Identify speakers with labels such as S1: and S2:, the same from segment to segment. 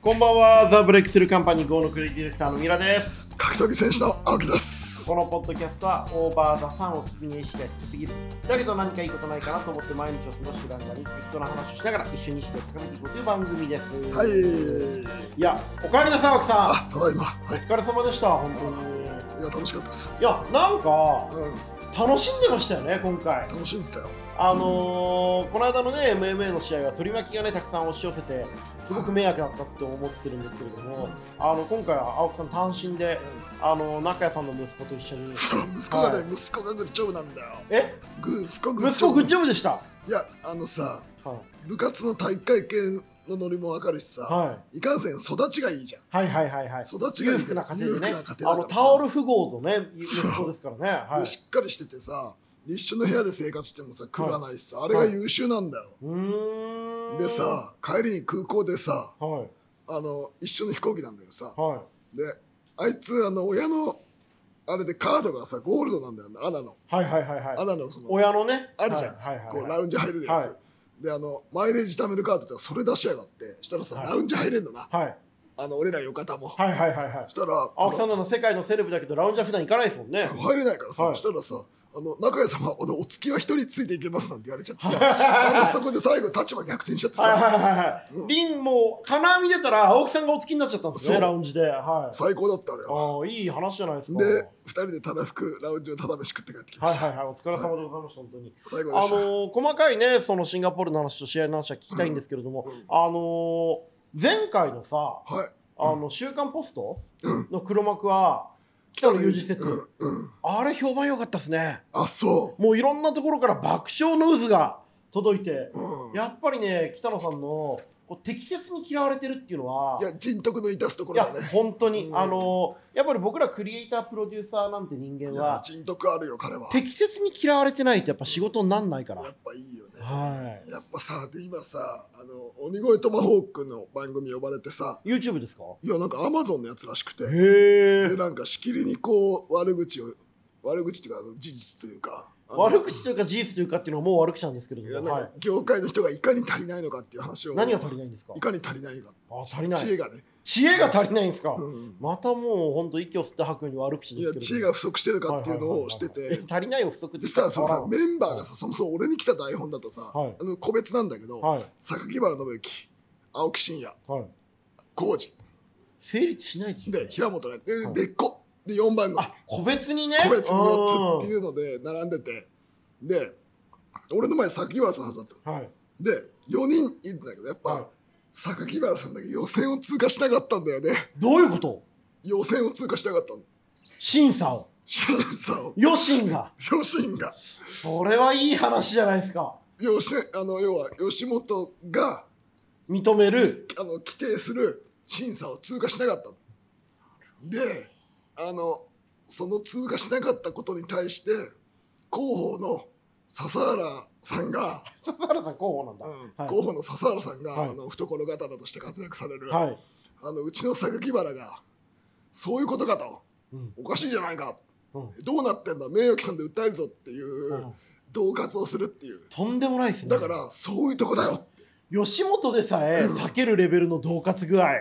S1: こんばんは、ザ・ブレイクスルーカンパニー GO のクリエイティブディレクターのミラです。
S2: 格闘技選手の青木です。
S1: このポッドキャストはオーバー・ザ・サンを聞くに意識が低すぎる。だけど何かいいことないかなと思って毎日を過ごしてたんだり、適当な話をしながら一緒に意識を高めていこうという番組です。、
S2: はいい。
S1: や、おかえりなさい、青木さ
S2: あ、ただいま。は
S1: ん。お疲れ様でした、本当に。い
S2: い。いや、楽しかったです。
S1: や、なんか、
S2: う
S1: 楽しんでましたよね、今回
S2: ん。。楽しいんですよ。
S1: あのー、この間のね、MMA の試合は取り巻きがね、たくさん押し寄せて、すごく迷惑だったって思ってるんですけれども、あの今回は青木さん単身で、あの中谷さんの息子と一緒に。
S2: そう、息子がね、
S1: は
S2: 息子がグッジョブなんだよ。
S1: え
S2: グ息子グッ
S1: 息
S2: ジョ
S1: 子
S2: ブ。
S1: グッジョブでした。
S2: いや、あのさ、
S1: は
S2: 部活の体育会系のノリもわかるしさ、、
S1: はい
S2: かんせん育ちがいいじゃん。
S1: い、はいはいはいはい。
S2: 育ちがい
S1: 裕
S2: い
S1: 福な家庭でね
S2: 裕福な家、
S1: あ
S2: 庭
S1: の
S2: だから
S1: タオル富豪のね、息
S2: そう
S1: 子ですからね。はい
S2: で。しっかりしててさ、一緒の部屋で生活してもさ、食わないしさ、あれが優秀なんだよ。
S1: うーん。
S2: で。さ、帰りに空港でさ、
S1: はい
S2: あの、一緒の飛行機なんだけどさ、
S1: はい。
S2: であいつあの親のあれでカードがさゴールドなんだよアナの
S1: はいはいはい
S2: ア
S1: はい。
S2: ナのその
S1: 親のね。
S2: あるじゃん、
S1: はいはい
S2: こう
S1: はい
S2: ラ
S1: はい。
S2: ウンジ入れるやつ、
S1: は
S2: であのマイレージ貯めるカードってそれ出しやがってしたらさ、
S1: はい
S2: ラウンジ入れんのな
S1: はい
S2: あの俺ら浴衣も、
S1: はいはいはいはい。
S2: したら
S1: 青木さ
S2: あ
S1: ん
S2: の
S1: なの世界のセレブだけどラウンジは普段行かないですもんね。
S2: 入れないからさ、
S1: はい
S2: したらさあの中谷様あのお付きは一人ついていけますなんて言われちゃってさあのそこで最後立場逆転しちゃって
S1: はいはい
S2: さ
S1: はいはい。リンも金網出たら青木さんがお付きになっちゃったんですね、
S2: そう
S1: ラウンジで。はい。
S2: 最高だったあれは
S1: ああ、いい話じゃないですか。
S2: で二人でただ服ラウンジをただ飯食って帰ってきま
S1: はい
S2: した、
S1: はいはい、お疲れ様でございました、本当 に。
S2: 最
S1: あ
S2: 高
S1: の
S2: でした、
S1: ー細かいね、そのシンガポールの話と試合の話は聞きたいんですけれども、
S2: うん
S1: あのー前回のさ、
S2: はい
S1: あの週刊ポスト
S2: うん
S1: の黒幕は、北の有事説、
S2: うんうん
S1: あれ評判良かったですね。
S2: あそ
S1: もういろんなところから爆笑の渦が届いて、
S2: う、うん、いや
S1: やっぱりね、北野さんのこう適切に嫌われてるっていうのは、
S2: 人徳の致すとこ
S1: い
S2: ろ
S1: や
S2: だね
S1: 本当に、
S2: うん
S1: あのやっぱり僕らクリエイタープロデューサーなんて人
S2: い
S1: 間
S2: や
S1: は
S2: 人徳あるよ彼は
S1: 適切に嫌われてないとやっぱ仕事になんないから、
S2: やっぱいいよね
S1: は
S2: やっぱさで今さあの鬼越トマホークの番組呼ばれてさ
S1: い YouTube ですか
S2: いやなんかアマゾンのやつらしくて
S1: へえ
S2: でなんかしきりにこう悪口を悪口っていうかあの事実というかあの
S1: 悪口というか事実というかっていうのはもう悪口なんですけれ
S2: いや
S1: ども、
S2: な
S1: は
S2: ん
S1: い
S2: か、業界の人がいかに足りないのかっていう話を
S1: 何が足りないんですか
S2: いかに足りないか
S1: あ足りない
S2: 知恵がね、
S1: 知恵が足りないんですか、
S2: うん
S1: またもう本当息を吸って吐くように悪口
S2: い
S1: で
S2: や
S1: すけれども
S2: 知恵が不足してるかっていうのをして
S1: はいはい
S2: て
S1: はいはい足りないを不足
S2: でさそのさ
S1: は
S2: メンバーがさそもそも俺に来た台本だとさ、
S1: はい
S2: あの個別なんだけど、
S1: はい
S2: 榊原信之青木真也
S1: はい
S2: 浩二
S1: 成立しないですよ
S2: で平本ね
S1: はい
S2: で別個で4番組
S1: あ個別にね
S2: 個別に4つっていううので並んでてで俺の前榊原さんのはずだったの
S1: んはい
S2: で4人いるんだけどやっ
S1: はい
S2: ぱ榊原さんだけ予選を通過しなかったんだよね
S1: どういうこと
S2: 予選を通過しなかったの
S1: 審査を
S2: 審 査を
S1: 余震が
S2: 両親が
S1: それはいい話じゃないですか
S2: 両親あの要は吉本が
S1: 認める
S2: あの規定する審査を通過しなかったのであのその通過しなかったことに対して広報の笹原さんが、
S1: 笹原さん候補なんだ、はい
S2: 広報の笹原さんが、
S1: はい
S2: あの懐刀として活躍される、
S1: はい
S2: あのうちの榊原がそういうことかと
S1: うん
S2: おかしいじゃないか
S1: うん
S2: どうなってんだ名誉毀損で訴えるぞっていう、
S1: うん
S2: 恫喝をするっていう
S1: とんでもないですね
S2: だからそういうとこだよって、
S1: 吉本でさえ
S2: うん
S1: 避けるレベルの恫喝具合
S2: うん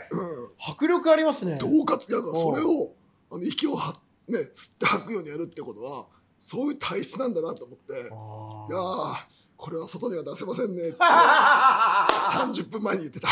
S1: 迫力ありますね
S2: 恫喝だからそれをあの息をはね吸って吐くようにやるってことはそういう体質なんだなと思っていや
S1: あー
S2: ーこれは外には出せませんねって
S1: は
S2: 30分前に言ってた
S1: い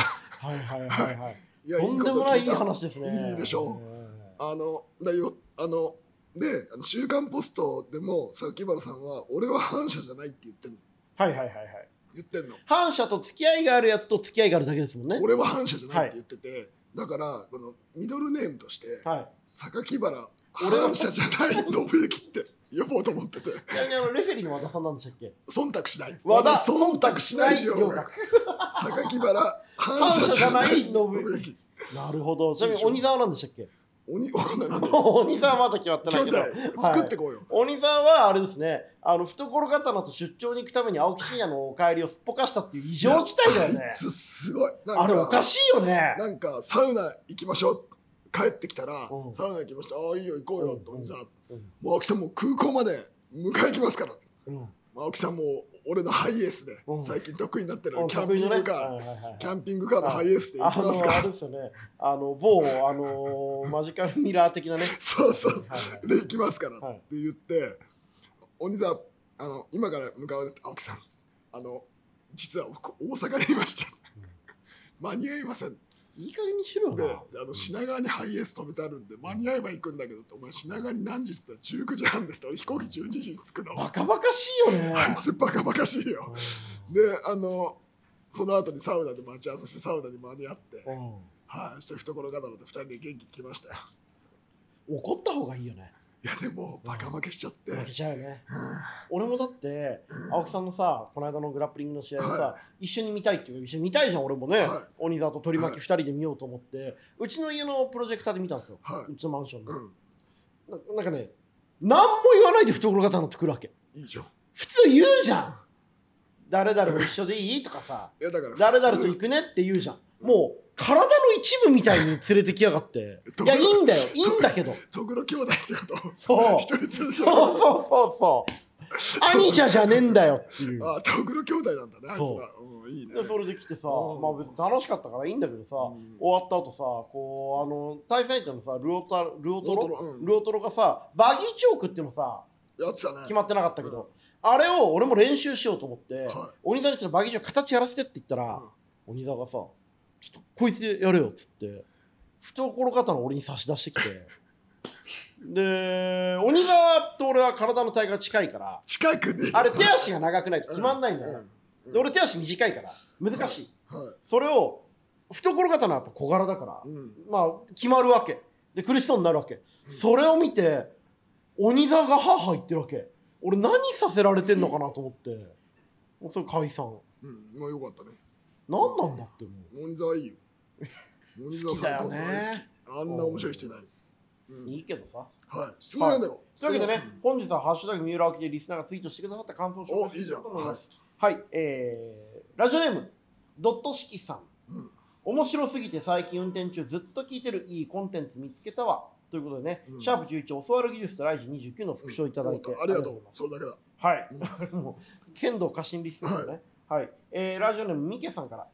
S1: はいはいはい
S2: いや
S1: とんでもないいい
S2: こと聞
S1: 話ですね
S2: いいでしょうあのだよあのであの「週刊ポスト」でも榊原さんは「俺は反社じゃない」って言ってんの
S1: はいはいはいはい
S2: 言ってんの
S1: 反社と付き合いがあるやつと付き合いがあるだけですもんね
S2: 俺は反社じゃないって言ってて、だからこのミドルネームとして
S1: はい
S2: 榊原
S1: 俺は
S2: 反社じゃない信之って呼ぼうと思ってて
S1: ちなみにあのレフェリーの和田さんなんでしたっけ
S2: 忖度しない
S1: 和
S2: 和
S1: 田
S2: 田忖度しないよ
S1: 忖度しない
S2: 榊原反射じゃない
S1: 反射じゃない
S2: 信之
S1: なるほどちなみに鬼沢なんでしたっけ
S2: 鬼わかんな いなんだよ
S1: 鬼沢まだ決まってない
S2: 兄
S1: けど
S2: 弟作ってこうよ、
S1: 鬼沢はあれですねあの懐刀と出張に行くために青木真也のお帰りをすっぽかしたっていう異常事態だよ
S2: いや
S1: ね
S2: あいつすごいなんか
S1: あれおかしいよね
S2: なんかサウナ行きましょう帰ってきたら、
S1: うん
S2: サウナ行きましたああいいよ行こうよ、
S1: うん
S2: どんざ
S1: うん
S2: もう秋さんもう空港まで迎え行きますから
S1: うん
S2: 青木さんも俺のハイエースで
S1: うん
S2: 最近得意になってる
S1: あの
S2: キャンピン
S1: ね
S2: グカー
S1: はいはいはい
S2: キャンピングカーのハイエースで行
S1: あ
S2: き
S1: のあ
S2: ます
S1: れ
S2: か
S1: ですよねあの某あのマジカルミラー的なね
S2: そうそう
S1: はいはい
S2: で行きますから
S1: はい
S2: って言って「鬼沢あの今から向かうねって青木さん」あの実は僕大阪にいました
S1: うん
S2: 間に合いません」
S1: いい加減にしろよ
S2: で
S1: な
S2: あの品川にハイエース止めてあるんで間に合えば行くんだけどってお前品川に何時って言ったら19時半ですって俺飛行機11時に着くの
S1: バ
S2: あ
S1: カバカしいよね
S2: いつバカバカしいよであのその後にサウナで待ち合わせしてサウナに間に合って、
S1: うんうん
S2: はい、して懐刀で2人で元気に来ましたよ
S1: 怒った方がいいよね
S2: いやでもバカ負けしちゃって、
S1: 負けちゃうよね俺もだって青木さんのさこの間のグラップリングの試合をさ
S2: は
S1: 一緒に見たいっていう一緒に見たいじゃん俺もね
S2: はい
S1: 鬼沢と取り巻き2人で見ようと思ってうちの家のプロジェクターで見たんですよ
S2: は
S1: うちのマンション
S2: い、
S1: で
S2: うん
S1: ななんかね何も言わないで懐刀乗ってくるわけ
S2: いいじゃんい
S1: 普通言うじゃん誰々も一緒でいいとかさ
S2: やだから
S1: 誰々
S2: 普
S1: と
S2: 通
S1: 行くねって言うじゃんもう体の一部みたいに連れてきやがっていやいいんだよいいんだけど
S2: トグロ兄弟ってこと
S1: そう
S2: 一人連れてきた
S1: そうそうそうそう兄者じゃねえんだよっていう
S2: あトグロ兄弟なんだねあいつ
S1: そう
S2: らう、ん、いいね
S1: でそれで来てさ
S2: うん
S1: まあ別に楽しかったからいいんだけどさ
S2: う
S1: 終
S2: ん
S1: わった後さこうあの対戦相手のさルオタルオトロ
S2: ルオトロうん
S1: ルオトロがさバギーチョークっていうのさ
S2: やってたね
S1: 決まってなかったけど、
S2: うん
S1: あれを俺も練習しようと思って、
S2: は
S1: 鬼沢にちょっとバギー場形やらせてって言ったら、鬼沢がさ「ちょっとこいつやれよ」っつって懐刀を俺に差し出してきて で鬼沢と俺は体の体が近いから
S2: 近くに
S1: あれ手足が長くないと決まんないんだよ、
S2: うんうん
S1: で俺手足短いから難しい、
S2: は
S1: それを懐刀はやっぱ小柄だから
S2: い、うん、
S1: まあ決まるわけで苦しそうになるわけそれを見て鬼座が母言ってるわけ俺何させられてんのかなと思ってもうそれ解散
S2: うん、まあよかったね
S1: 何なんだっても
S2: 鬼沢い いよ鬼沢最高
S1: 好きだよね
S2: 大好きあんな面白い人いない、う
S1: うい
S2: ん、
S1: いけどさ
S2: はい質問なんだろ
S1: というわけでね本日は「ハッシュタグ三浦明」でリスナーがツイートしてくださった感想を紹介していきたいと思いますはい、えー、ラジオネームドット式さん、
S2: うん
S1: 面白すぎて最近運転中ずっと聞いてるいいコンテンツ見つけたわということでね、
S2: うん
S1: シャープ11教わる技術とライジ29の復唱いただいて、
S2: うんありがと
S1: ございうます
S2: それだけだ
S1: はい、 もう剣道家臣リストですね、はいえーラジオネームみけさんから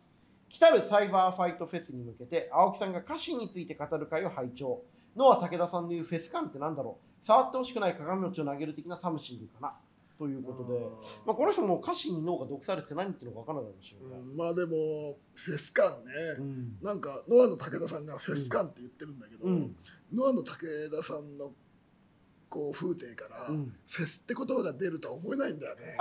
S1: 来たるサイバーファイトフェスに向けて青木さんが歌詞について語る会を拝聴ノア武田さんの言うフェス感ってなんだろう触ってほしくない鏡餅を投げる的なサムシングかなということで、まあ、この人も歌詞に脳が毒されて何言ってるのか分からないでしょ
S2: う
S1: うね、
S2: んまあでもフェス感ね、
S1: うん
S2: なんかノアの武田さんがフェス感って言ってるんだけど、
S1: うん
S2: ノアの武田さんのこう風景から、
S1: うん
S2: フェスって言葉が出るとは思えないんだよ ね、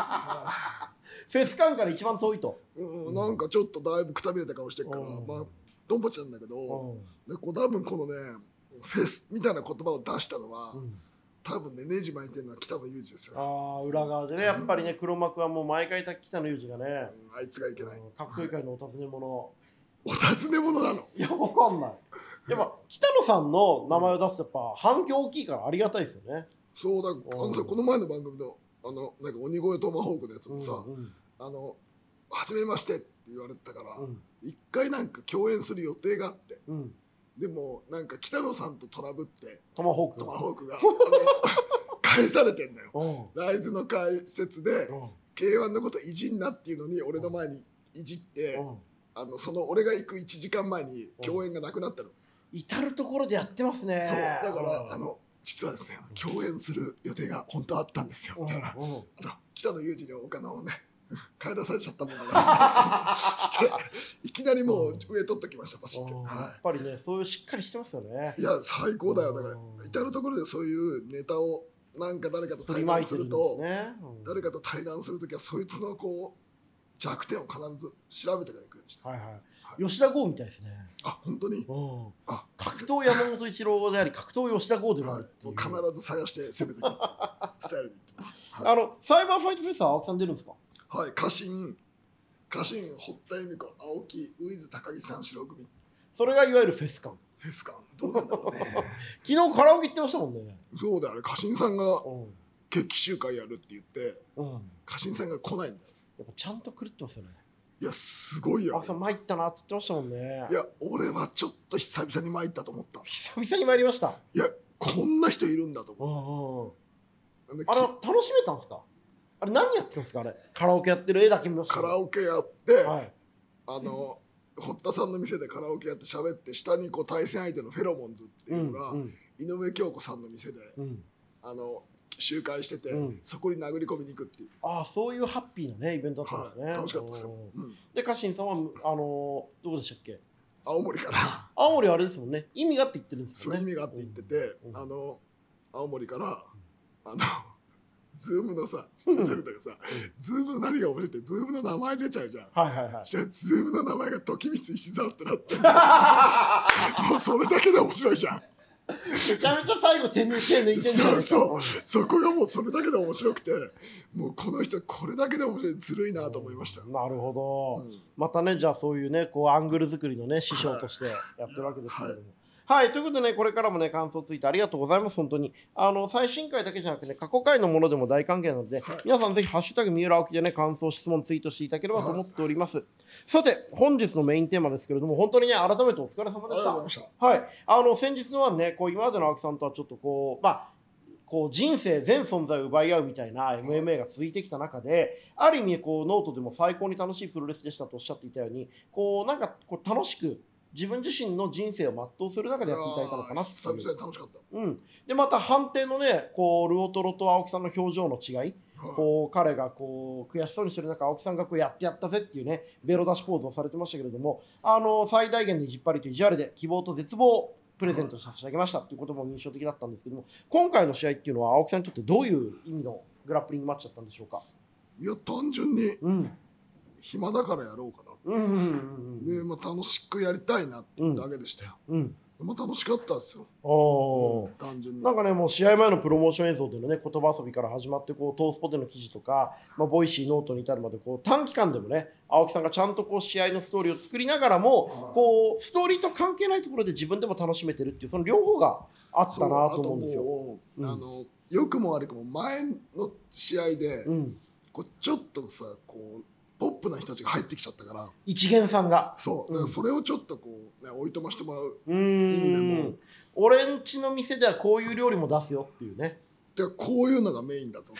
S2: はあ
S1: フェス感から一番遠いと、
S2: うん、なんかちょっとだいぶくたびれた顔してるから、
S1: うん
S2: まあドンパチなんだけ
S1: う
S2: ど、
S1: ん
S2: でこう多分このねフェスみたいな言葉を出したのは、
S1: うん
S2: 多分ねネジ巻いてるのは北野裕二ですよ、
S1: あー裏側でねやっぱりね黒幕はもう毎回北野裕二がね、
S2: うんあいつがいけない、
S1: うんかっこいい界のお尋ね者
S2: お尋ね者なの
S1: いや、わかんない。やっぱ、北野さんの名前を出すと、やっぱ、反響大きいからありがたいですよね。
S2: そうだあのさこの前の番組のあのなんか鬼越トマホークのやつもさ、
S1: うん
S2: あの「はじめまして」って言われてたから
S1: うん
S2: 一、回なんか共演する予定があって
S1: うん。
S2: でもなんか北野さんとトラブって
S1: トマホーク
S2: トマ
S1: が。
S2: ホークがあ の返されてんだよ
S1: うん。
S2: ライズの解説で
S1: うん
S2: K1 のこといじんなっていうのに俺の前にいじって
S1: うん。
S2: あのその俺が行く1時間前に共演がなくなったの
S1: 至る所でやってますね。
S2: そうだから
S1: うん
S2: あ、の実はですねあの共演する予定が本当はあったんですよ
S1: うん
S2: みたいな
S1: うん
S2: あの北野裕二にお金をね 帰らされちゃったもんだからしていきなり もう上取っときましたパシって、
S1: うんや
S2: は
S1: っぱりね、そういうしっかりしてますよね
S2: い、。いや最高だよだか
S1: うん
S2: ら至る所でそういうネタをなんか誰かと
S1: 取
S2: 対
S1: り巻
S2: 談
S1: い
S2: す
S1: てる
S2: る
S1: んです
S2: と
S1: ね。うん
S2: 誰かと対談するときはそいつのこう弱点を必ず調べてから行くようにして
S1: はいはい。吉田剛みたいですね。
S2: あ本当に
S1: うん
S2: あ
S1: 格闘山本一郎であり、格闘吉田剛でもあ
S2: はい
S1: るってい
S2: も
S1: う
S2: う必ず探して攻め ていくスタイルにいってます
S1: あの、サイバーファイトフェスは青木さん出るんですか
S2: はい家臣家臣堀田恵美子青木ウィズ高木三四郎組
S1: それがいわゆるフェス感。
S2: フェス感どうなん だろうね
S1: 昨日カラオケ行ってましたもんね。
S2: そうだよあれ家臣さんが
S1: うん。
S2: 決起集会やるって言って
S1: うん。
S2: 家臣さんが来ないんだよ
S1: やっぱちゃんと狂ってますよね。
S2: いやすごいよ
S1: 青木さん、参ったなって言ってましたもんね。
S2: いや俺はちょっと久々に参ったと思った
S1: 久々に参りました。
S2: いやこんな人いるんだと思
S1: んうん。
S2: うで
S1: あ
S2: き
S1: の、楽しめたんですかあれ何やってたんですかあれカラオケやってる絵だけ見ました
S2: カラオケやって、
S1: はい
S2: あの堀田さんの店でカラオケやって喋って下にこう対戦相手のフェロモンズっていううんのが、
S1: うん
S2: 井上京子さんの店で
S1: うん
S2: あの集会してて、
S1: うん
S2: そこに殴り込みに行くっていう、
S1: ああそういうハッピーなねイベントだったんですね、
S2: はい、楽しかったですよ、
S1: うん
S2: うん、
S1: で家臣さんはあのーどこでしたっけ
S2: 青森 から
S1: 青森あれですもんね意味がって言ってるんです
S2: そ
S1: よ
S2: うい
S1: ね
S2: う意味があって言ってて、
S1: うん
S2: あの青森からあのズームのさなんだかさ、ズームの何が面白いってズームの名前出ちゃうじゃん。
S1: はいはいはい
S2: そしたらズームの名前が時光石沢ってなって もうそれだけで面白いじゃん
S1: めちゃめちゃ最後手抜いて抜いてんじゃないですか
S2: そうそうそこがもうそれだけで面白くてもうこの人これだけで面白いずるいなと思いました、
S1: なるほど、
S2: うん
S1: またねじゃあそういうねこうアングル作りのね師匠としてやってるわけですけれども。はい、ということでね、これからもね、感想ついてありがとうございます、本当に。あの、最新回だけじゃなくてね、過去回のものでも大歓迎なので、
S2: はい
S1: 皆さんぜひ、ハッシュタグ、三浦青木でね、感想、質問、ツイートしていただければと思っております。さて、本日のメインテーマですけれども、本当にね、改めてお疲れ様で
S2: ありが
S1: し
S2: とうござ
S1: た
S2: い。ました
S1: はい、あの先日のはねこう今までの青木さんとはちょっとこうまあこう人生全存在を奪い合うみたいな MMA が続いてきた中である意味こうノートでも最高に楽しいプロレスでしたとおっしゃっていたようにこうなんかこう楽しく自分自身の人生を全うする中でやっていただいたのかなって
S2: 久
S1: いう
S2: 々に楽しかっ
S1: うん、でまた判定のねこうルオトロと青木さんの表情の違い
S2: た、はい
S1: こう彼がこう悔しそうにしてる中、青木さんがこうやってやったぜっていうね、ベロ出しポーズをされてましたけれども、あの最大限の意地っぱりと意地悪で希望と絶望をプレゼントさせてあげましたっていうことも印象的だったんですけども、今回の試合っていうのは、青木さんにとってどういう意味のグラップリングマッチだったんでしょうか。
S2: いや単純に
S1: うん、
S2: 暇だからやろうかな
S1: うん、うん、
S2: で、まあ、楽しくやりたいなってだけでしたよ、
S1: うん、うん、
S2: まあ、楽しかったですよ、
S1: おおー。
S2: 単純に
S1: なんかね、もう試合前のプロモーション映像でのね、言葉遊びから始まって、こう、トースポでの記事とか、まあ、ボイシーノートに至るまで、こう、短期間でもね、青木さんがちゃんとこう、試合のストーリーを作りながらも
S2: はい、
S1: こう、ストーリーと関係ないところで自分でも楽しめてるっていう、その両方があったなと思うんです
S2: そ
S1: よ。
S2: うあとも
S1: う
S2: う、
S1: ん
S2: あの良くも悪くも前の試合で、
S1: うん。
S2: こうちょっとさこうポップな人たちが入ってきちゃったから
S1: 一元さんが。
S2: そ
S1: うん
S2: うだからそれをちょっとこう、ね、追い飛ばしてもらう
S1: う
S2: 意味でも、
S1: ん。俺んちの店ではこういう料理も出すよっていう ね。
S2: てかこういうのがメインだぞ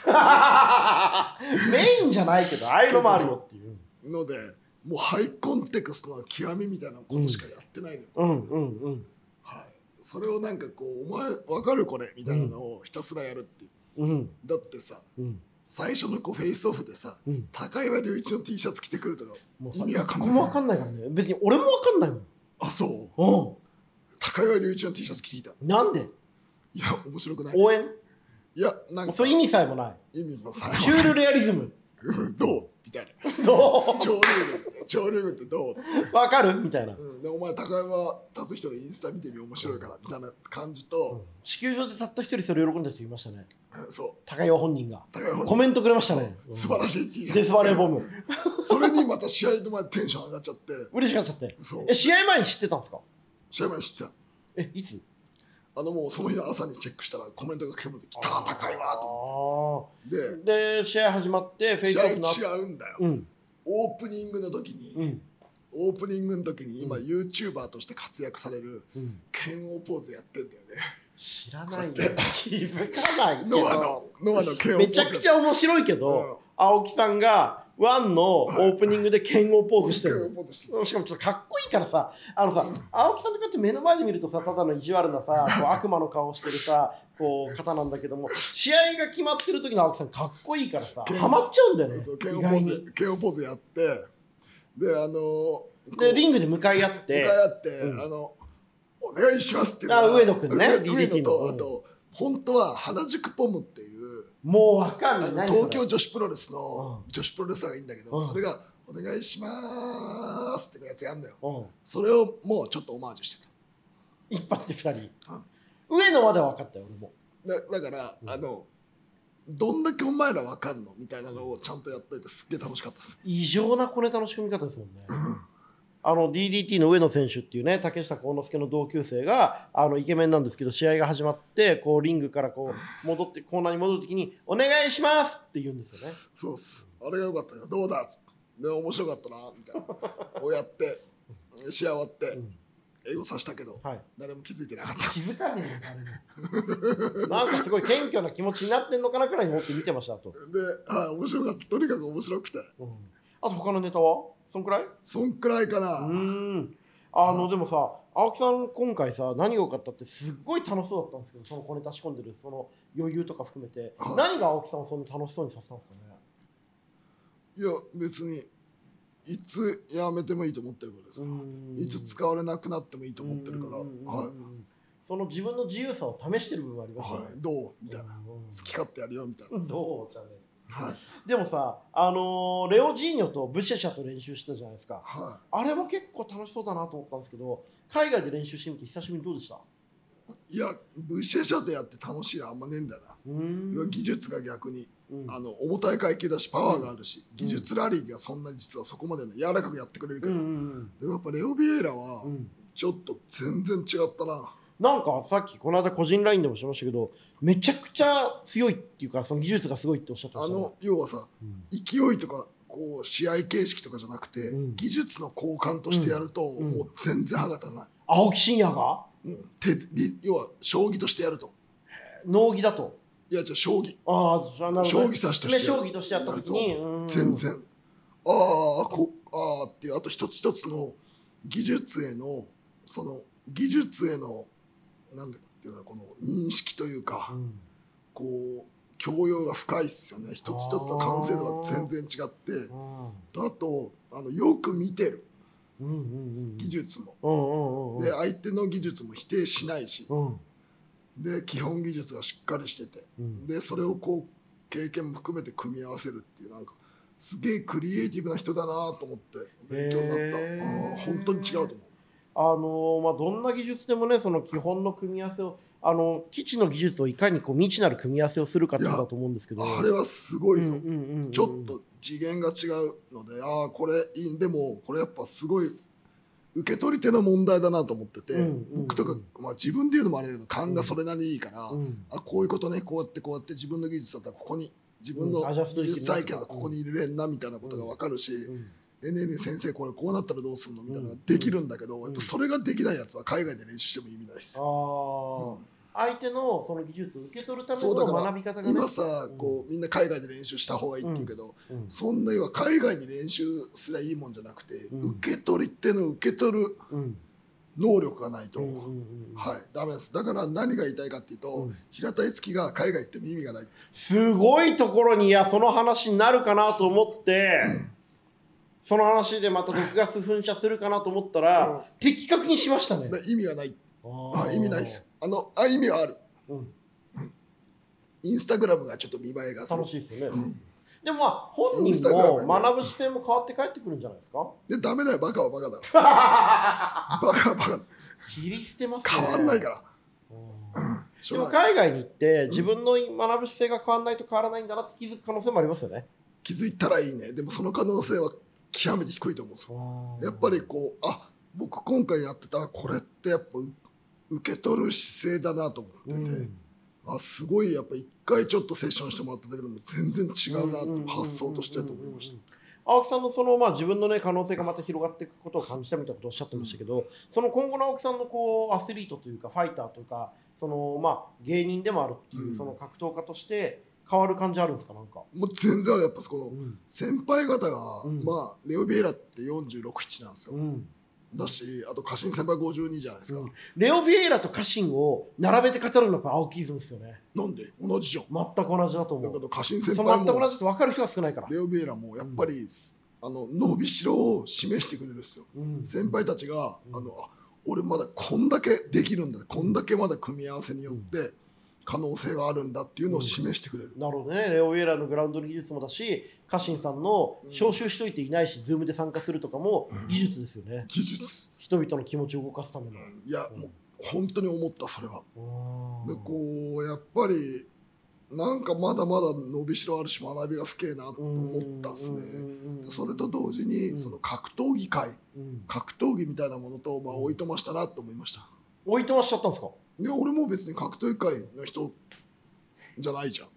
S1: メインじゃないけど、ああいうのもあるよって いう。
S2: のでもうハイコンテクストの極みみたいなことしかやってないのよ、
S1: うん、うん、うん。
S2: はい、それをなんかこう「お前わかるこれ」みたいなのをひたすらやるってい
S1: う
S2: う、
S1: ん、
S2: だってさ
S1: うん、
S2: 最初のこうフェイスオフでさ
S1: うん。
S2: 高岩隆一の T シャツ着てくるとか
S1: もう
S2: 意味わかんない
S1: ここもわかんないからね。別に俺もわかんないもん。
S2: あそう
S1: うん。
S2: 高岩隆一の T シャツ着てきた
S1: なんで
S2: いや面白くない
S1: 応援
S2: いやなん
S1: も
S2: か
S1: うそれ意味さえもない。
S2: 意味もさ
S1: シュールレアリズム。
S2: うんどうみたいな
S1: ど
S2: 潮流軍潮流軍ってどう、
S1: うわかるみたいな。
S2: うん、でお前高山達人のインスタ見てみ面白いからみたいな感じと、
S1: 地球上でたった一人それ喜んだ人いましたね。
S2: うんそう
S1: 高岩本人が。
S2: 高山
S1: コメントくれましたね。
S2: 素晴らしい T シ
S1: デ
S2: ャツ
S1: スバレーボム。
S2: それにまた試合の前テンション上がっちゃって
S1: 嬉しかっちゃって。
S2: そう
S1: え、試合前に知ってたんですか
S2: 試合前に知って
S1: え、いつ
S2: たあのもうその日の朝にチェックしたらコメントが来てもらってきたー高いわーと思
S1: あ
S2: っ
S1: ーで、試合始まって、フ
S2: て
S1: ェイ
S2: 試
S1: ク
S2: 合
S1: オフの後
S2: 違うんだよ、
S1: うん。
S2: オープニングの時
S1: う
S2: に、
S1: ん。
S2: オープニングの時に今 YouTuber として活躍される
S1: うん。
S2: 剣王ポーズやってんだよね
S1: 知らないよ
S2: こうやっ。
S1: 気づかないけ
S2: ノアの
S1: ど。
S2: ノアの剣王ポ
S1: め
S2: ーズ
S1: ちゃくちゃ面白いけ
S2: うん
S1: ど、青木さんが、ワンのオープニングで剣をポーズしてるの
S2: 剣王。ポーズしてる
S1: しかもちょっとかっこいいからさあのさ青木さんとかって目の前で見るとさただの意地悪なさこう 悪魔の顔してるさこう方なんだけども試合が決まってる時の青木さんかっこいいからさハマっちゃうんだよね
S2: そう
S1: 意
S2: 剣王ポ
S1: 外
S2: ー
S1: に
S2: ズ剣王ポーズやってであのこう
S1: でリングで向かい合っ
S2: 向
S1: て
S2: かい合って、
S1: うん
S2: あのお願いしますっていうのが
S1: あ上野くんね
S2: 上上
S1: DDT
S2: 野と
S1: の
S2: あと本当は原宿ポムっていう
S1: もうわか
S2: あ
S1: んない
S2: の
S1: 何
S2: 東京
S1: それ
S2: 女子プロレスの
S1: う
S2: 女子プロレスラーがいいんだけど、
S1: うん
S2: それが「お願いします」ってやつやんだよ
S1: うん
S2: それをもうちょっとオマージュして
S1: 一発で二人上野までは分かったよ俺も
S2: ただだから、
S1: うん
S2: あのどんだけお前らわかんのみたいなのをちゃんとやっといてすっげえ楽しかったです
S1: 異常な小ネタの仕組み方ですもんね。あの DDT の上野選手っていうね竹下幸之助の同級生があのイケメンなんですけど試合が始まってこうリングからこう戻ってコーナーに戻るときに「お願いします!」って言うんですよね。
S2: そうっす。あれが良かったよ。どうだっつって。ね、面白かったな、みたいな。をやって、試合終わって、
S1: うん
S2: 英語さしたけど、
S1: はい
S2: 誰も気づいてなかった。
S1: 気づかねえよ誰もなんかすごい謙虚な気持ちになってんのかなくらいに思って見てましたあと、
S2: で、はい、面白かった。とにかく面白くて。
S1: うんあと他のネタはそんくらい
S2: そんくらいか
S1: う
S2: な。
S1: ーんあのでもさ青木さん今回さ何が良かったってすっごい楽しそうだったんですけどその小ネタ仕込んでるその余裕とか含めて
S2: はい
S1: 何が青木さんをそんな楽しそうにさせたんですかね
S2: いや、別に、いつやめてもいいと思ってるからです。
S1: うん
S2: いつ使われなくなってもいいと思ってるから、
S1: うんうんうんうん
S2: はい。
S1: その自分の自由さを試してる部分ありますよね、
S2: はい、どうみたいな。
S1: うん
S2: 好き勝手やるよみたいな。
S1: どうじゃね
S2: はい。
S1: でもさあのーレオジーニョとブシェシャと練習したじゃないですか
S2: は
S1: あれも結構楽しそうだなと思ったんですけど海外で練習してみて久しぶりにどうでした
S2: い。いや、武士社でやって楽しいのあんまねえんだよな。
S1: うーん
S2: 技術が逆に、
S1: うん
S2: あの、重たい階級だし、パワーがあるし、技術ラリーがそんなに実はそこまでの柔らかくやってくれるけ
S1: う
S2: ど、
S1: んうん
S2: でもやっぱレオビエイラは
S1: うん、うん
S2: ちょっと全然違ったな。
S1: なんかさっきこの間個人ラインでもしましたけどめちゃくちゃ強いっていうかその技術がすごいっておっしゃってま
S2: あ
S1: したね
S2: の、要はさ、
S1: うん
S2: 勢いとか、こう、試合形式とかじゃなくて、
S1: うん
S2: 技術の交換としてやると、
S1: ん
S2: もう全然歯が立たない。
S1: 青木真也が
S2: うん、手り要は、将棋としてやると。
S1: 農技だと
S2: いや、じゃあ将棋。
S1: ああじゃあなるほど
S2: 将棋指しとしてやる
S1: ね将棋としてやった時にうん
S2: 全然、ああこああっていうあと一つ一つの技術へのその技術へのなんだっていうのこの認識というか、
S1: うん
S2: こう教養が深いっすよね一つ一つの完成度が全然違って
S1: うん
S2: あとあのよく見てる
S1: うんうんうん
S2: 技術も、
S1: うんうんうん
S2: で相手の技術も否定しないし、
S1: うん
S2: で基本技術がしっかりしてて
S1: うん
S2: でそれをこう経験も含めて組み合わせるっていうなんかすげえクリエイティブな人だなと思って勉強になった、
S1: へー
S2: ああ本当に違うと思
S1: あのーまあ、どんな技術でもねその基本の組み合わせをあの基地の技術をいかにこう未知なる組み合わせをするかってことだと思うんですけど
S2: うあれはすごいぞ、
S1: うんうんうんうん
S2: ちょっと次元が違うのでああこれいいでもこれやっぱすごい受け取り手の問題だなと思ってて、
S1: うんうんうん
S2: 僕とか、まあ、自分で言うのもあれだけど勘がそれなりにいいから、
S1: うん
S2: あこういうことねこうやってこうやって自分の技術だったらここに自分の
S1: うんアジャスト
S2: 技
S1: できる
S2: 術体験だったらここに入れれんなみたいなことが分かるし、
S1: うん
S2: ねえねえねえ先生これこうなったらどうするのみたいなの
S1: う
S2: が
S1: ん
S2: できるんだけど、
S1: ん
S2: やっぱそれができないやつは海外で練習しても意味ないです
S1: あ、ー相手のその技術を受け取るため
S2: そ
S1: の
S2: うだから
S1: 学び方が、ね、
S2: 今さ
S1: うん
S2: こうみんな海外で練習した方がいいって言うけど、
S1: うん
S2: そんな要は海外に練習すりゃいいもんじゃなくて、
S1: うん
S2: 受け取り手の受け取る
S1: うん
S2: 能力がないと、
S1: うんうんうん
S2: はいダメですだから何が言いたいかっていうと、
S1: うん
S2: 平田樹が海外行っても意味がない
S1: すごいところにいやその話になるかなと思って、その話でまた毒ガス噴射するかなと思ったら、
S2: うん
S1: 的確にしましたね
S2: だ。から意味がない
S1: あ
S2: あ意味ないですあのあ意味はある
S1: うん、
S2: インスタグラムがちょっと見栄えがする
S1: 楽しいですよね。でもまあ本
S2: インス
S1: 人
S2: タグラム
S1: も
S2: ね
S1: 学ぶ視点も変わって帰ってくるんじゃないですか
S2: でダメだよバカはバカだ バカはバカ
S1: 切り捨てますね
S2: 変わんないから。
S1: うん
S2: し
S1: で
S2: ょ
S1: も
S2: うがない
S1: 海外に行って自分の学ぶ姿勢が変わらないと変わらないんだなって気づく可能性もありますよね。
S2: 気づいたらいいね。でもその可能性は極めて低いと思うんですよ。やっぱりこう、あ僕今回やってた、これってやっぱう受け取る姿勢だなと思って
S1: う
S2: て、
S1: ん
S2: あすごいやっぱ一回ちょっとセッションしてもらっただけでも全然違うな
S1: うんうんうんうん
S2: と発想としてと思いました。
S1: 青木さんのその、まあ、自分の、ね、可能性がまた広がっていくことを感じたみたいなことをおっしゃってましたけど、その今後の青木さんのこうアスリートというかファイターというかその、まあ、芸人でもあるっていう、
S2: うん
S1: その格闘家として変わる感じあるんですかなんか、
S2: もう全然あれやっぱそこの
S1: ん
S2: 先輩方が、
S1: うん
S2: まあレオビエラって46、7なんですよ。
S1: うん、
S2: だし、あと家臣先輩52じゃないですか。
S1: レオ・ビエイラと家臣を並べて語るのがやっぱ青木イズムですよね
S2: なんで同じじゃん。
S1: 全く同じだと思
S2: だけ
S1: う
S2: ど家臣
S1: そ
S2: 先
S1: の
S2: 輩
S1: 全
S2: も
S1: く同じって分かる人が少ないから、
S2: レオビエラもやっぱり、あの伸びしろを示してくれるんですよ。
S1: うん
S2: 先輩たちが、
S1: うん
S2: あのあ俺まだこんだけできるんだこんだけまだ組み合わせによって可能性があるんだっていうのを示してくれる。
S1: なるほどね、レオ・ウェーラーのグラウンドの技術もだし、家臣さんの招集しといていないし、ズームで参加するとかも技術ですよね、
S2: 技術
S1: 人々の気持ちを動かすための。
S2: いや、もう本当に思ったそれは。
S1: う
S2: で
S1: ん
S2: こうやっぱりなんかまだまだ伸びしろあるし学びが深えなと思ったっす
S1: うん
S2: ね。
S1: うんうんうん
S2: それと同時に、
S1: うん
S2: その格闘技界
S1: うん
S2: 格闘技みたいなものと、まあ、おいとましたなと思いました。
S1: おいとましちゃったんですか
S2: いや俺も別に格闘技界の人じゃないじゃん
S1: い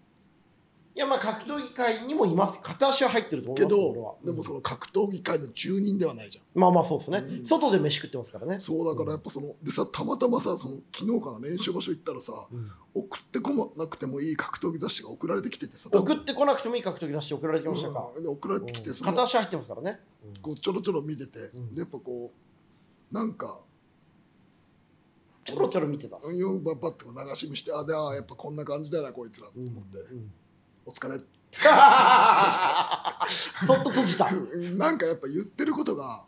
S1: や、まあ、格闘技界にもいます。片足は入ってると思い
S2: け
S1: ますよ、俺
S2: ど
S1: は、。
S2: でもその格闘技界の住人ではないじゃん。
S1: まあまあ、そうですね、
S2: うん
S1: 外で飯食ってますからね。
S2: そうだからやっぱその、でさ、たまたまさ、その昨日から練習場所行ったらさ、
S1: うん
S2: 送ってこなくてもいい格闘技雑誌が送られてきててさ、多分
S1: 送ってこなくてもいい格闘技出して送られてきましたか。
S2: うんで送られ
S1: うん
S2: てきて、そ
S1: 片
S2: の
S1: 足入ってますからね。
S2: こうちょろちょろ見てて、
S1: うん
S2: でやっぱこう、なんか、
S1: ちょろちょろ見てた。
S2: うんよんばばってこう流し見して、あ、で、あやっぱこんな感じだな、こいつらと
S1: うん
S2: 思って、 お疲れ。
S1: そっと閉じた。
S2: うんなんかやっぱ言ってることが、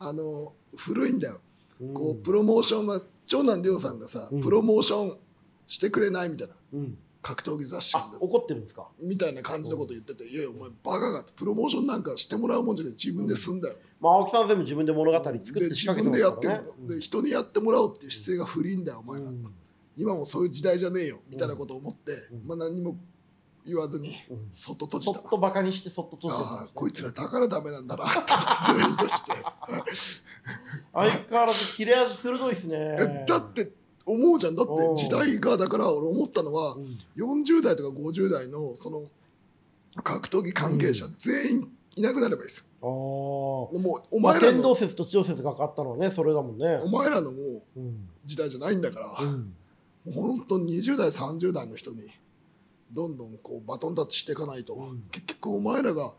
S2: あの、古いんだよ。
S1: うん
S2: こう、プロモーションは、長男亮さんがさ、
S1: うん
S2: プロモーションしてくれないみたいな、
S1: うん
S2: 格闘技雑誌
S1: あ、怒ってるんですか。
S2: みたいな感じのこと言ってて、いやいや、お前バカがって、プロモーションなんかしてもらうもんじゃない、自分で済んだよ。
S1: まあ、青木さん全部自分で物語作っ
S2: で
S1: て仕掛け
S2: 自分で
S1: て
S2: や
S1: ま
S2: っ
S1: す
S2: て
S1: か
S2: る
S1: らね
S2: の。で人にやってもらおうっていう姿勢が古いんだよお
S1: う
S2: 前ら、
S1: ん
S2: 今もそういう時代じゃねえよみたいなことを思って、
S1: うん
S2: まあ何も言わずに
S1: うん
S2: そっと閉
S1: そ
S2: じた
S1: っとバカにしてそっと閉じてたん
S2: あ
S1: で
S2: あ
S1: すね
S2: こいつらだからダメなんだなって突然 として
S1: 相変わらず切れ味鋭いですね
S2: えだって思うじゃんだって
S1: おう
S2: 時代がだから俺思ったのは
S1: うん
S2: 40代とか50代のその格闘技関係者全員いなくなればいいです
S1: あー
S2: よもうお
S1: まあ
S2: 前ら
S1: 天動
S2: の
S1: 説と地動説がかかったのはねそれだもんね
S2: お前らのもう
S1: うん
S2: 時代じゃないんだから、
S1: うん
S2: 本当に20代30代の人にどんどんこうバトンタッチしていかないと、
S1: うん
S2: 結局お前らが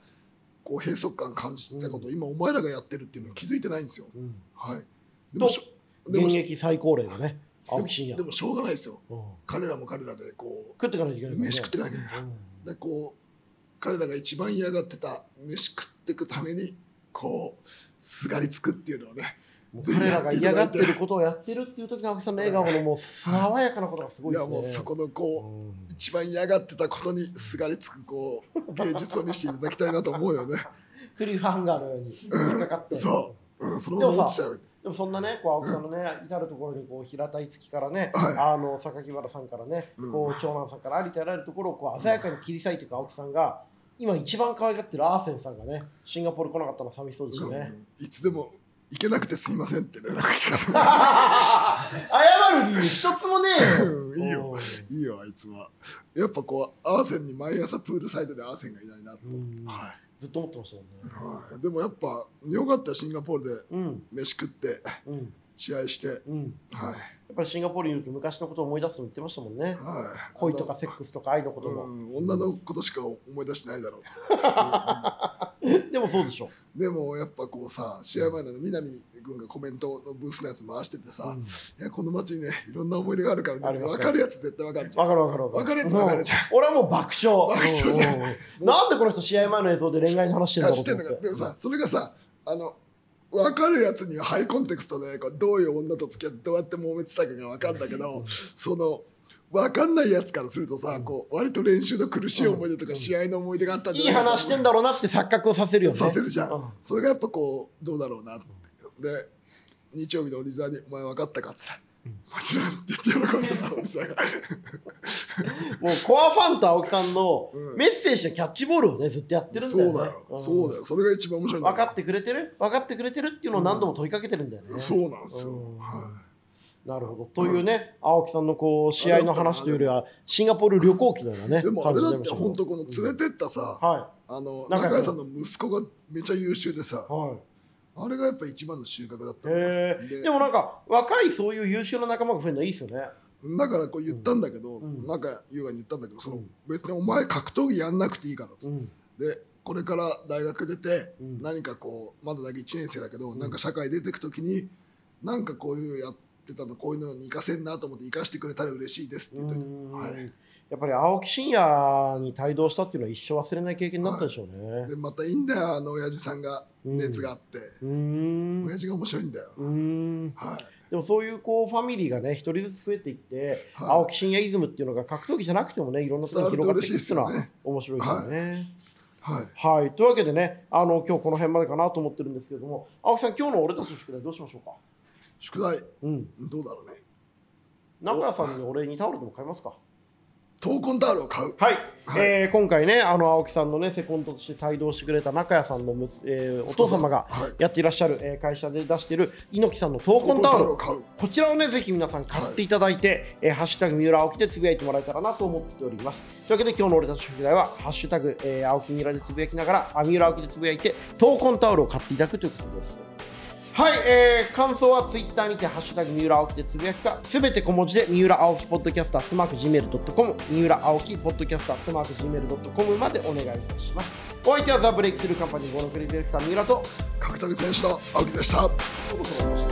S2: こう閉塞感感じてたこと、今お前らがやってるっていうのに気づいてないんですよ。
S1: うん
S2: はい、でもしょでも
S1: 現
S2: しょ
S1: 役最高齢のね青木真
S2: で
S1: 也
S2: もしょうがないですよ
S1: うん
S2: 彼らも彼らでこ
S1: 食ってかないといけな
S2: う
S1: いもんね
S2: 飯食っていかなきゃいけない
S1: うん
S2: でこう彼らが一番嫌がってた飯食っていくためにこうすがりつくっていうのはね
S1: もう
S2: ぜひ
S1: 彼らが嫌がって
S2: やっていただい
S1: ることをやってるっていう時の青木さんの笑顔のもう爽やかなことがすご
S2: い
S1: いで
S2: や
S1: すね
S2: もうそこのこ
S1: う
S2: う、
S1: ん
S2: 一番嫌がってたことにすがりつくこう芸術を見せていただきたいなと思うよね。
S1: クリフハンガーのように引っかかって
S2: そうん、そのまま落ちちゃう。
S1: でもそんなね、こう青木さんのね、至るところにこう平田樹からね、
S2: は
S1: あの榊原さんからね、
S2: うん
S1: こう長男さんからありとあらゆるところをこう鮮やかに切り裂いていく青木さんが、今一番可愛がってるアーセンさんがね、シンガポール来なかったの寂しそうでしたね。
S2: うんいつでも行けなくてすいませんって連絡来たか
S1: 謝る理由一つもね
S2: ら、
S1: えよ。
S2: うんいいよ、いいよ、あいつは。やっぱこう、アーセンに毎朝プールサイドでアーセンがいないなと。
S1: うん
S2: は
S1: ずっと思ってましたもんね
S2: い。はい、でもやっぱ、よかったよシンガポールで
S1: うん
S2: 飯食って、
S1: うん
S2: 試合して、
S1: うん。や
S2: は
S1: っぱりシンガポールにいると昔のことを思い出すと言ってましたもんね
S2: い。。はい、
S1: 恋とかセックスとか愛のこと
S2: う
S1: も。
S2: ん、女のことしか思い出してな いだろう。
S1: でもそうでしょ。
S2: でもやっぱこうさ試合前なの南君がコメントのブースのやつ回しててさ、
S1: うん
S2: いやこの街にねいろんな思い出があるからね
S1: あ
S2: って
S1: ります
S2: 分
S1: ね
S2: かるやつ絶対分かるじゃん
S1: わかるわかるわかる。
S2: わかるやつわかるじゃん
S1: うん。俺はもう爆笑。
S2: 爆笑じゃん
S1: うんうんうんなんでこの人試合前の映像で恋愛の話してんだ
S2: いや
S1: ろ
S2: 知
S1: う
S2: って
S1: と
S2: ん
S1: 思っ
S2: だから
S1: て
S2: でもさそれがさあの分かるやつにはハイコンテクストでこうどういう女と付き合ってどうやって揉めてたかが分かるんだけどその分かんないやつからするとさこう割と練習の苦しい思い出とか試合の思い出があったん
S1: い
S2: じ
S1: い
S2: ゃないか
S1: 話してんだろうなって錯覚をさせるよね。
S2: させるじゃん、
S1: うん
S2: それがやっぱこうどうだろうなってで日曜日のおリザに「お前分かったか?」っつったら「もちろん」って言って喜んでたおリザが
S1: もうコアファンと青木さんの
S2: うん
S1: メッセージのキャッチボールをね、ずっとやってるん
S2: そ
S1: だよ
S2: う
S1: ね。
S2: だよ、そうだ
S1: よ。
S2: よそれが一番面白いんだ
S1: 分
S2: から
S1: かってくれてる分かってくれてるっていうのを何度も問いかけてるんだよね。
S2: そうなんですよ、
S1: うん
S2: は、
S1: なるほど。というね、青木さんのこう試合の話というよりは、シンガポール旅行記のようないね、
S2: でもあれだって本
S1: 本当
S2: 当この連れてったさ、
S1: は
S2: あの
S1: 中
S2: 中
S1: 谷
S2: 井
S1: さ
S2: さ
S1: ん
S2: んの息子がめちゃ優秀でさ
S1: い。はい。
S2: あれがやっぱ一番の収穫だった、
S1: へえ
S2: で
S1: でもなんか、若いそういう優秀な仲間が増えるのはいいですよね。
S2: だからこう言ったんだけど、
S1: うん
S2: 中井優雅に言ったんだけどその、
S1: うん
S2: 別にお前格闘技やんなくていいからっつって
S1: うん。
S2: でこれから大学出て、
S1: うん
S2: 何かこうまだだけ1年生だけど、
S1: ん
S2: なんか社会出てく時になんかこういうやってたのこういうのに生かせんなと思って生かしてくれたら嬉しいですって言っといてはい
S1: うんやっぱり青木真也に帯同したっていうのは一生忘れない経験になったでしょうね。
S2: でまたいいんだよあの親父さんが
S1: うん
S2: 熱があって、
S1: うーん
S2: 親父が面白いんだよ、
S1: うーん
S2: はい
S1: でもそういうこうファミリーがね一人ずつ増えていって、
S2: はい
S1: 青木真也イズムっていうのが格闘技じゃなくてもねいろんなところに広がっていくっていうのは
S2: 伝わる
S1: 面白いですよね。
S2: はい
S1: はい、というわけでねあの今日この辺までかなと思ってるんですけれども青木さん今日の俺たちの宿題どうしましょうか、
S2: 宿題
S1: うん、
S2: どうだろうね
S1: 中谷さんにお礼にタオルでも買いますか
S2: 闘魂タールを買う。
S1: はい、
S2: はい
S1: えー今回ね、あの青木さんのね、セコンドとして帯同してくれた中谷さんのむ、えーお父様が
S2: はい
S1: やっていらっしゃる、えー会社で出してる猪木さんの闘
S2: 闘
S1: 魂
S2: 魂
S1: タ
S2: タ
S1: オ
S2: ー
S1: ル
S2: ルを、買う。
S1: こちらをね、ぜひ皆さん買っていただいて、えーハッシュタグ三浦青木でつぶやいてもらえたらなと思っております。というわけで、今日の俺たち食材は、ハッシュタグ、えー青木三浦でつぶやきながら、あ三浦青木でつぶやいて、闘魂タオルを買っていただくということです。はい、えー感想はツイッターにて「ハッシュタグ三浦青木」でつぶやくかすべて小文字で三浦青木ポッドキャスタースマーク Gmail.com 三浦青木ポッドキャスタースマーク Gmail.com までお願いいたしますお相手はザ・ブレイクスルーカンパニー5のクリエイティブディレクター三浦と
S2: 角谷選手の青木でした。
S1: そろそろお話